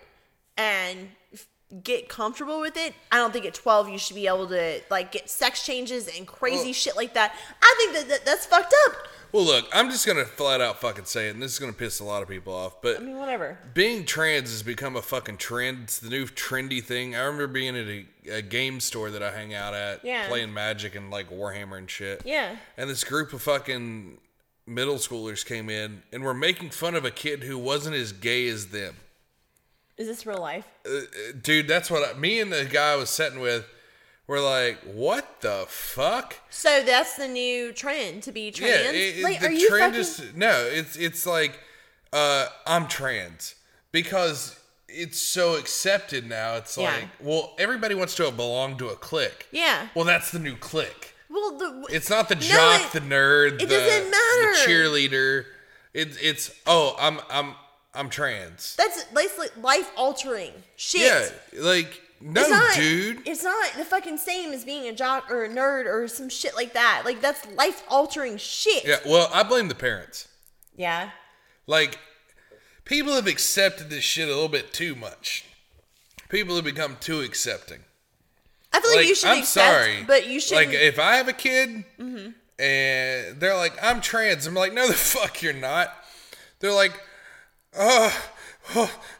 and f- get comfortable with it. I don't think at 12 you should be able to like get sex changes and crazy
Well-
shit like that. I think that, that that's fucked up.
Well, look, I'm just gonna flat out fucking say it, and this is gonna piss a lot of people off, but
I mean, whatever.
being trans has become a fucking trend. It's the new trendy thing. I remember being at a, a game store that I hang out at,
Yeah.
playing Magic and like Warhammer and shit.
Yeah.
And this group of fucking middle schoolers came in and were making fun of a kid who wasn't as gay as them.
Is this real life?
dude that's what I, me and the guy I was sitting with were like what the fuck
So that's the new trend to be trans.
yeah it- it-
like,
the
are you
trend
fucking?
is no it's it's like uh i'm trans because it's so accepted now it's
Yeah.
like well everybody wants to belong to a clique
Yeah.
well that's the new clique
Well, the
it's not the
No,
jock
it-
the nerd the,
it doesn't matter.
the cheerleader it, it's oh i'm i'm i'm trans
that's that's like life altering shit.
yeah like No,
it's not,
dude.
It's not the fucking same as being a jock or a nerd or some shit like that. Like that's life altering shit.
yeah, well, I blame the parents.
Yeah.
Like, people have accepted this shit a little bit too much. People have become too accepting.
I feel like, you should
I'm
accept,
sorry,
but you Mm-hmm. should.
Like, if I have a kid and they're like, "I'm trans," I'm like, "No, the fuck, you're not." They're like, "Oh,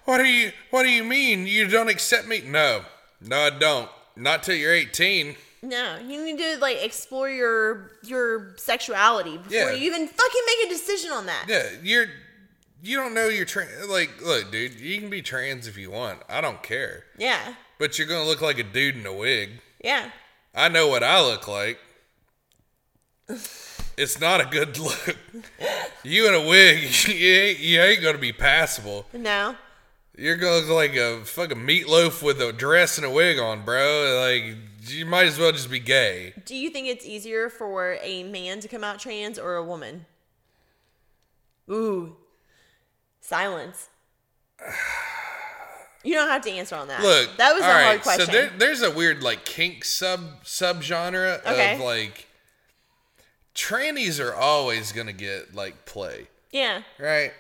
what do you What do you mean you don't accept me?" No, no, I don't. Not till you're 18.
no, you need to like explore your your sexuality before
Yeah.
you even fucking make a decision on that.
Yeah, you're. You don't know you're trans. Like, look, dude, you can be trans if you want. I don't care.
Yeah.
But you're gonna look like a dude in a wig.
Yeah.
I know what I look like. It's not a good look. You in a wig, you ain't, you ain't gonna be passable.
No.
You're gonna look like a fucking meatloaf with a dress and a wig on, bro. Like you might as well just be gay.
Do you think it's easier for a man to come out trans or a woman? Ooh. Silence. You don't have to answer on that.
Look,
that was a
all right,
hard question.
So there, there's a weird like kink sub subgenre
Okay.
of like trannies are always gonna get like play,
yeah.
right?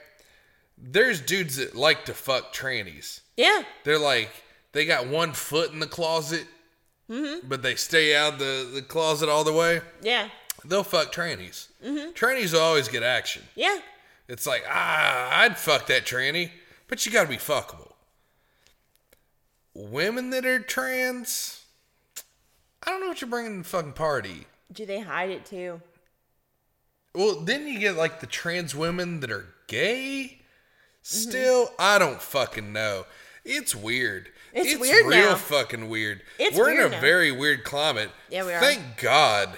There's dudes that like to fuck trannies.
Yeah.
They're like they got one foot in the closet, but they stay out the the closet all the way.
Yeah.
They'll fuck trannies. Trannies will always get action.
Yeah.
It's like ah, I'd fuck that tranny, but you got to be fuckable. Women that are trans, I don't know what you're bringing to the fucking party.
Do they hide it too?
Well, then you get like the trans women that are gay.
Mm-hmm.
Still, I don't fucking know. It's weird.
It's weird
real
now.
fucking weird.
It's
We're in
weird
a
now.
very weird climate.
Yeah, we are.
Thank God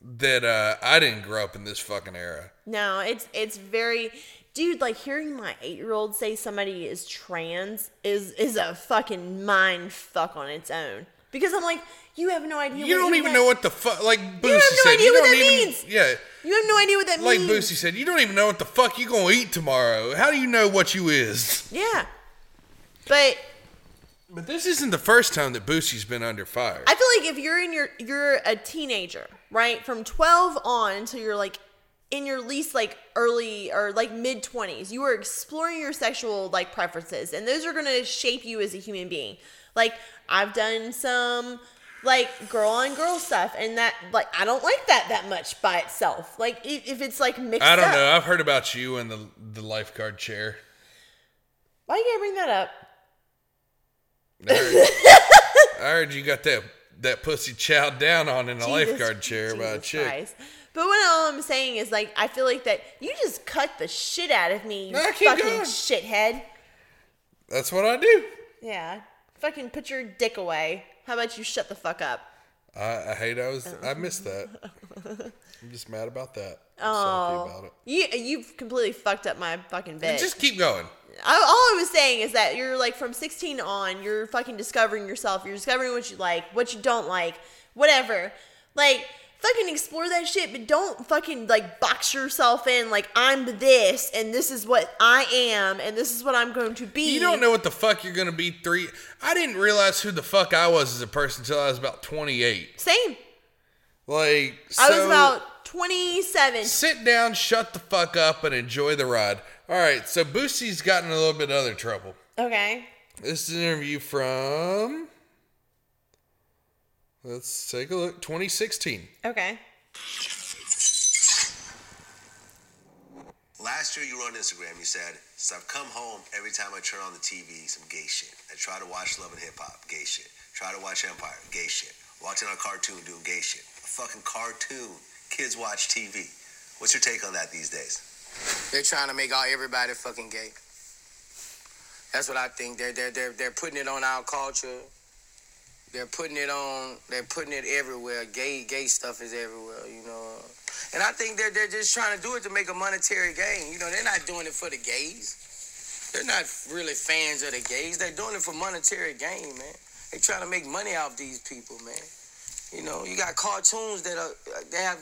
that uh, I didn't grow up in this fucking era.
No, it's it's very dude, like hearing my eight year old say somebody is trans is is a fucking mind fuck on its own. Because I'm like, you have no idea
You
what
don't even
internet-
know what the fuck. Like Boosie
have no
said,
idea
you
what
don't
that
even.
means.
Yeah,
You have no idea what that
like
means.
Boosie said, you don't even know what the fuck you gonna eat tomorrow. How do you know what you is?
Yeah. But
But this isn't the first time that Boosie's been under fire.
I feel like if you're in your you're a teenager, right? From 12 on until you're like in your least like early or like mid 20s, you are exploring your sexual like preferences and those are going to shape you as a human being. Like I've done some like girl on girl stuff and that like I don't like that that much by itself. Like i- if it's like mixed
I don't
up.
know. I've heard about you and the the lifeguard chair.
Why you got to bring that up?
I heard, I heard you got that that pussy chowed down on in a
Jesus-
lifeguard chair by a
Jesus
chick.
Christ. But what all I'm saying is like I feel like that you just cut the shit out of me, you
No, keep
fucking
going.
shithead.
That's what I do.
Yeah. Fucking put your dick away. How about you shut the fuck up?
I, I hate I was I missed that. I'm just mad about that. I'm
Oh,
salty about it.
you you've completely fucked up my fucking bit.
Just keep going.
I, all I was saying is that you're like from 16 on, you're fucking discovering yourself. You're discovering what you like, what you don't like, whatever. Like, fucking explore that shit, but don't fucking like box yourself in like I'm this and this is what I am and this is what I'm going to be.
You don't know what the fuck you're gonna be three. I didn't realize who the fuck I was as a person until I was about 28.
Same.
Like
I was
so-
about 27.
sit down, shut the fuck up, and enjoy the ride. All right, so Boosie's gotten a little bit of other trouble.
Okay.
This is an interview from. Let's take a look. 2016.
Okay.
Last year, you were on Instagram. You said, "So I've come home every time I turn on the TV, some gay shit. I try to watch Love and Hip Hop, gay shit. Try to watch Empire, gay shit. Watching a cartoon, doing gay shit. A fucking cartoon. Kids watch TV. What's your take on that these days?
They're trying to make all everybody fucking gay. That's what I think. They're they're they're, they're putting it on our culture. They're putting it on. They're putting it everywhere. Gay gay stuff is everywhere. You know. And I think they're they're just trying to do it to make a monetary gain. You know, they're not doing it for the gays. They're not really fans of the gays. They're doing it for monetary gain, man. They're trying to make money off these people, man. You know, you got cartoons that are they have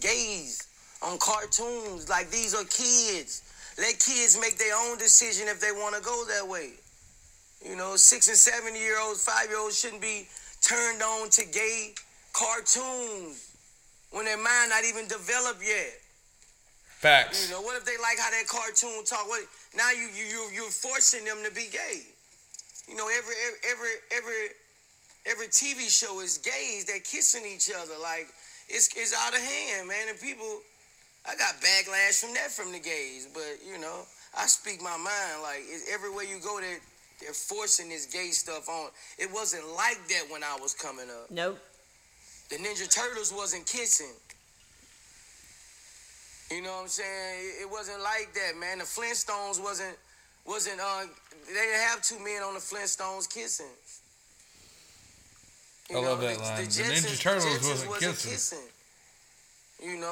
gays on cartoons. Like these are kids. Let kids make their own decision if they want to go that way. You know, six and seven year olds, five year olds shouldn't be turned on to gay cartoons when their mind not even developed yet.
Facts.
You know, what if they like how that cartoon talk? What now you you you you're forcing them to be gay. You know, every every every every TV show is gays. They're kissing each other like it's it's out of hand, man. And people, I got backlash from that from the gays, but you know, I speak my mind. Like it's, everywhere you go, they're they're forcing this gay stuff on. It wasn't like that when I was coming up.
Nope.
The Ninja Turtles wasn't kissing. You know what I'm saying? It- It wasn't like that, man. The Flintstones wasn't wasn't uh they didn't have two men on the Flintstones kissing.
I love that line. The Ninja Turtles wasn't kissing.
You know,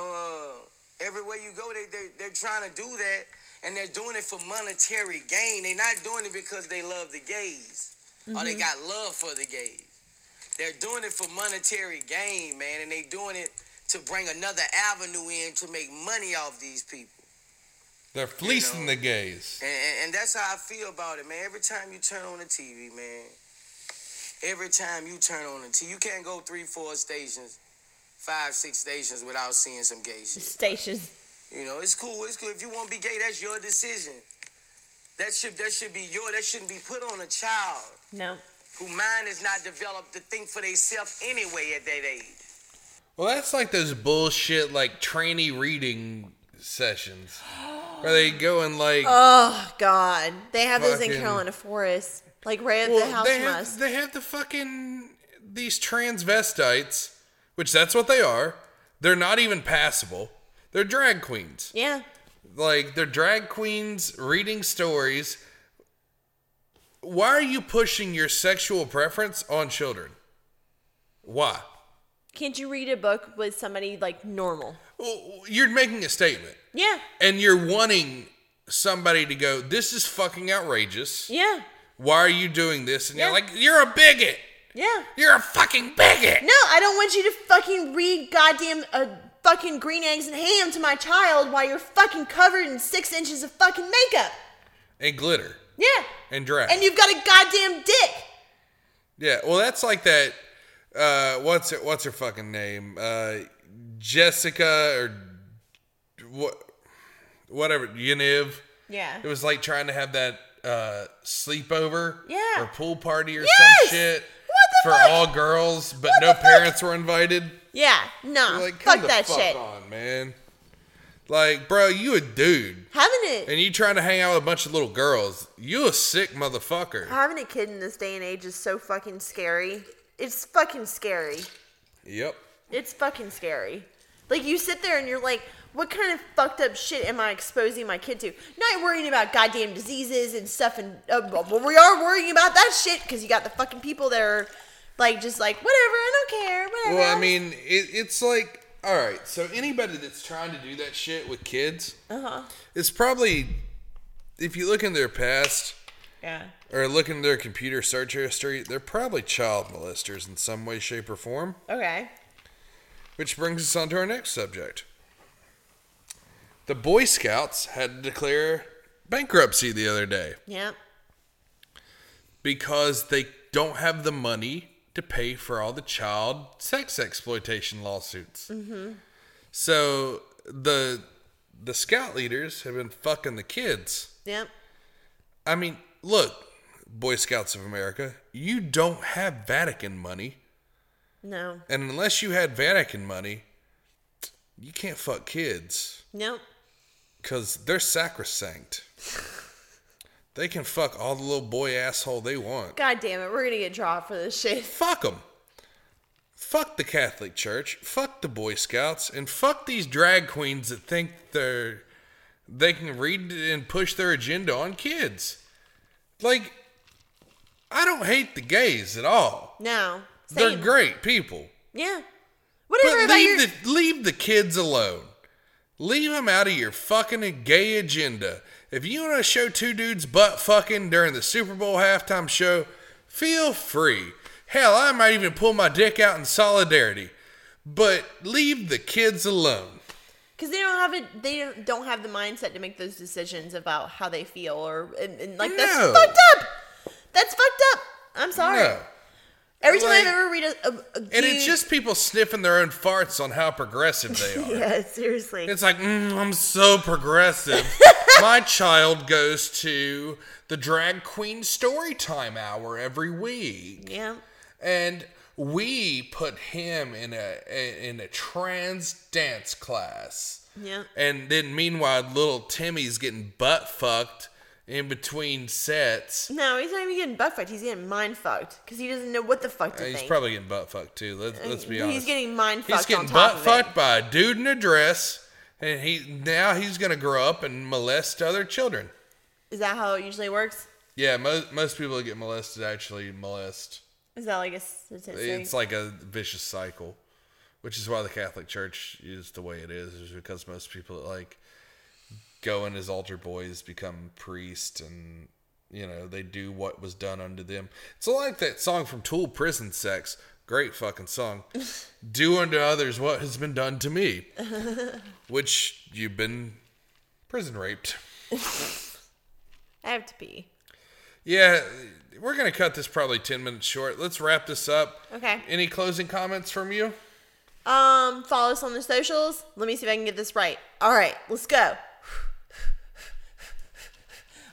uh, everywhere you go, they, they they're trying to do that, and they're doing it for monetary gain. They're not doing it because they love the gays or they got love for the gays. They're doing it for monetary gain, man, and they doing it to bring another avenue in to make money off these people.
They're fleecing
know.
the gays.
And, and, and that's how I feel about it, man. Every time you turn on the TV, man, every time you turn on the TV, you can't go three, four stations, five, six stations without seeing some gay shit.
Stations.
You know, it's cool. It's cool. If you want to be gay, that's your decision. That should that should be your. That shouldn't be put on a child
No.
who mind is not developed to think for themselves anyway at that age.
Well, that's like those bullshit like trainee reading sessions where they go and like
Oh God, they have those in
Fucking-
Carolina Forest, like right at the
well,
house
they
from
have
us.
they have the fucking these transvestites, which that's what they are. They're not even passable. They're drag queens.
Yeah,
Like they're drag queens reading stories. Why are you pushing your sexual preference on children? Why?
can't you read a book with somebody like normal?
Well, you're making a statement.
Yeah,
and you're wanting somebody to go, this is fucking outrageous.
yeah,
Why are you doing this? And
Yeah.
you're like, you're a bigot.
yeah.
You're a fucking bigot.
No, I don't want you to fucking read goddamn uh, fucking green eggs and ham to my child while you're fucking covered in six inches of fucking makeup.
And glitter
Yeah,
and drag.
and you've got a goddamn dick.
yeah, well, that's like that. Uh, what's it? What's her fucking name? Uh, Jessica or what? Whatever. Yaniv.
Yeah.
It was like trying to have that uh, sleepover.
Yeah.
Or pool party or
Yes!
some shit.
What
for
the fuck?
all girls, but
What
no
the fuck?
parents were invited.
Yeah, nah,
Like, come
fuck
the
that
fuck
shit.
on, man. Like, bro, you a dude,
Having it,
and you trying to hang out with a bunch of little girls. You a sick motherfucker.
having a kid in this day and age is so fucking scary. It's fucking scary.
Yep.
It's fucking scary. Like you sit there and you're like, what kind of fucked up shit am I exposing my kid to? Not worrying about goddamn diseases and stuff, and uh, but we are worrying about that shit because you got the fucking people that are like just like whatever, I don't care, whatever.
Well, I
I'm-
mean, it, it's like, all right. So anybody that's trying to do that shit with kids, it's probably, if you look in their past
yeah,
or look in their computer search history, they're probably child molesters in some way, shape, or form.
okay,
Which brings us on to our next subject. The Boy Scouts had to declare bankruptcy the other day
yeah,
because they don't have the money to pay for all the child sex exploitation lawsuits. Mm-hmm. So the the scout leaders have been fucking the kids.
yep,
I mean, look, Boy Scouts of America, you don't have Vatican money,
no,
and unless you had Vatican money, you can't fuck kids.
no,
Because they're sacrosanct. They can fuck all the little boy asshole they want.
god damn it, we're gonna get dropped for this shit.
Fuck them. Fuck the Catholic Church. Fuck the Boy Scouts. And fuck these drag queens that think they're. They can read and push their agenda on kids. Like, I don't hate the gays at all.
No,
They're
Same.
great people.
Yeah,
But
whatever about
leave,
your
the, leave the kids alone. Leave them out of your fucking gay agenda. If you want to show two dudes butt fucking during the Super Bowl halftime show, feel free. Hell, I might even pull my dick out in solidarity. But leave the kids alone.
because they don't have it they don't- don't have the mindset to make those decisions about how they feel or and, and like that's
No.
fucked up That's fucked up. I'm sorry.
No.
Every time
Like-
I've ever read a, a, a
And it's
dude-
just people sniffing their own farts on how progressive they are.
yeah, seriously.
It's like, mm, I'm so progressive. My child goes to the drag queen story time hour every week.
yeah.
and we put him in a in a trans dance class.
Yeah.
And then meanwhile, little Timmy's getting butt fucked in between sets.
No, he's not even getting butt fucked. He's getting mind fucked because he doesn't know what the fuck to
He's
think.
probably getting butt fucked too. Let's, let's be honest.
He's getting mind
He's
fucked.
getting
on top
butt
of
fucked by a dude in a dress, and he now he's gonna grow up and molest other children.
It. Is that how it usually works?
Yeah, most most people that get molested actually molest.
Is that like a statistic?
It's like a vicious cycle, which is why the Catholic Church is the way it is, is because most people that like go in as altar boys become priests and you know they do what was done unto them. It's like that song from Tool, "Prison Sex." Great fucking song. do unto others what has been done to me, which you've been prison raped.
I have to pee.
Yeah, we're gonna cut this probably ten minutes short. Let's wrap this up.
Okay.
Any closing comments from you?
Um, follow us on the socials. Let me see if I can get this right. All right, let's go.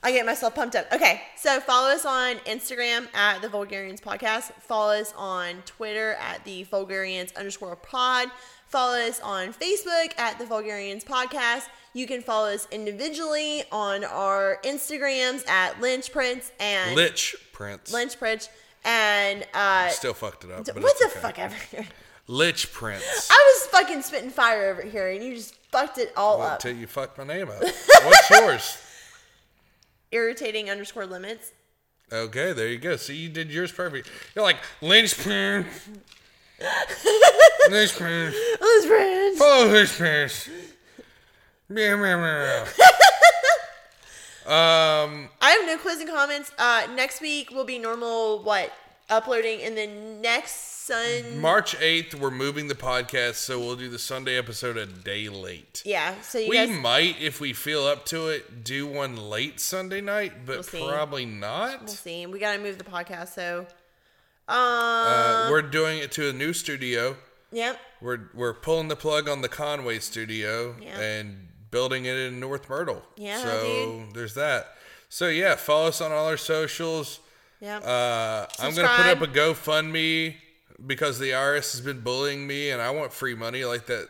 I get myself pumped up. Okay, so follow us on Instagram at the Vulgarians Podcast. Follow us on Twitter at the Vulgarians underscore pod. Follow us on Facebook at the Vulgarians Podcast. You can follow us individually on our Instagrams at Lynch Prince and
Lich Prince.
Lynch Prince and uh,
Still fucked it up. but
what
it's
the
okay.
fuck ever. here?
Lich Prince.
I was fucking spitting fire over here, and you just fucked it all
Well,
up.
Until you fucked my name up. What's yours?
Irritating underscore limits.
Okay, there you go. See, you did yours perfect. You're like Lynch Prince. Lynch Prince.
Those friends.
Follow Lynch Prince. Meow, meow, meow.
I have no closing comments. Uh, next week will be normal what uploading, and then next Sun.
March 8th, we're moving the podcast, so we'll do the Sunday episode a day late.
yeah, so you
We
guys.
might, if we feel up to it, do one late Sunday night,
We'll
but
see.
probably not.
we'll see. We gotta move the podcast. So, um,
Uh, we're doing it to a new studio.
yep.
We're we're pulling the plug on the Conway studio
Yeah.
and building it in North Myrtle.
Yeah,
So there's that. So yeah, follow us on all our socials.
Yep.
Uh, I'm gonna put up
Subscribe.
a GoFundMe because the IRS has been bullying me, and I want free money like that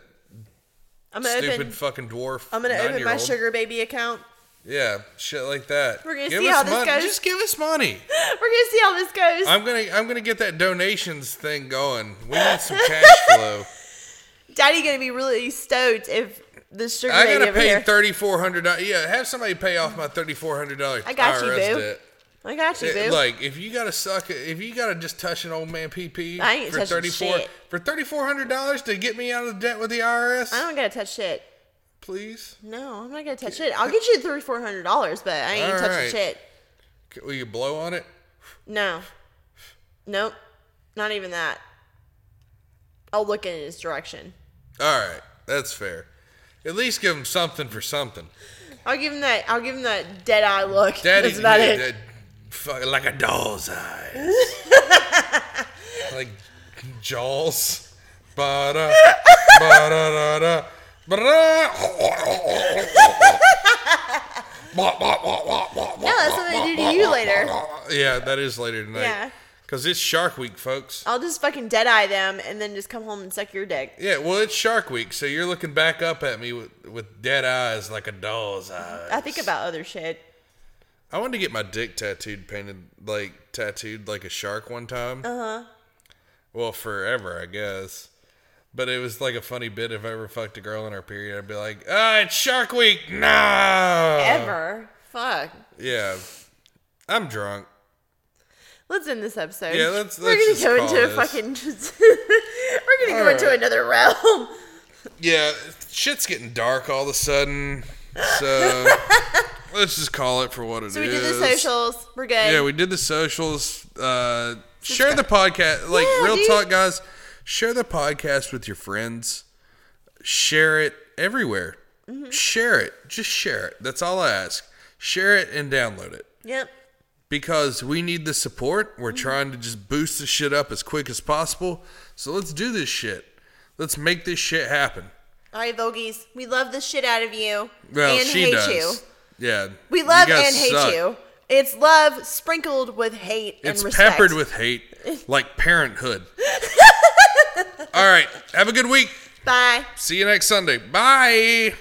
I'm gonna
stupid
open.
fucking dwarf.
I'm gonna open my
nine-year-old.
sugar baby account.
Yeah, shit like that.
We're gonna
Give
see
us
how this
money.
goes.
Just give us money.
We're gonna see how this goes.
I'm gonna I'm gonna get that donations thing going. We need some cash flow.
Daddy gonna be really stoked if the sugar
I
baby
gotta
over
pay
here.
thirty four hundred dollars. Yeah, have somebody pay off my thirty four hundred dollars.
I got you, boo. I got you, boo.
like if you gotta suck, if you gotta just touch an old man PP
I ain't
for
touching
thirty four
shit.
for thirty four hundred dollars to get me out of debt with the IRS,
I don't gotta touch shit.
please.
No, I'm not gonna touch shit. I'll get you three, four hundred dollars, but I ain't
All
touching
right.
shit.
C- Will you blow on it?
No, nope, not even that. I'll look in his direction.
All right, that's fair. At least give him something for something.
I'll give him that. I'll give him that dead eye look.
Daddy,
That's about
yeah,
it.
that- fuck, like a doll's eyes, like jaws. Ba-da, ba-da-da-da, ba-da.
No, that's what they do to you later.
yeah, that is later tonight.
Yeah.
Because it's Shark Week, folks.
I'll just fucking dead eye them and then just come home and suck your dick.
Yeah, well, it's Shark Week, so you're looking back up at me with, with dead eyes like a doll's eyes.
I think about other shit.
I wanted to get my dick tattooed, painted like tattooed like a shark one time. Uh
Uh-huh.
huh. Well, forever, I guess. But it was like a funny bit. If I ever fucked a girl in her period, I'd be like, "Ah, it's Shark Week!" No.
Ever. Fuck.
Yeah. I'm drunk.
Let's end this episode.
Yeah, let's-
We're
let's
gonna
just
go into a
call
fucking. We're gonna go into
right.
another realm.
Yeah, shit's getting dark all of a sudden. So let's just call it for what it is.
So we did the socials. We're good.
Yeah, we did the socials. Uh, share the podcast. Like
Yeah,
real
dude.
talk, guys. Share the podcast with your friends. Share it everywhere.
Mm-hmm.
Share it. Just share it. That's all I ask. Share it and download it.
yep.
because we need the support.
Mm-hmm.
We're trying to just boost this shit up as quick as possible. So let's do this shit. Let's make this shit happen.
All right, Vogies, we love the shit out of you
Well,
and
she
hate
does.
you.
Yeah.
We
you
love
guys
and hate
suck.
you. It's love sprinkled with hate
It's
and respect.
peppered with hate, like parenthood. All right. Have a good week.
Bye.
See you next Sunday. Bye.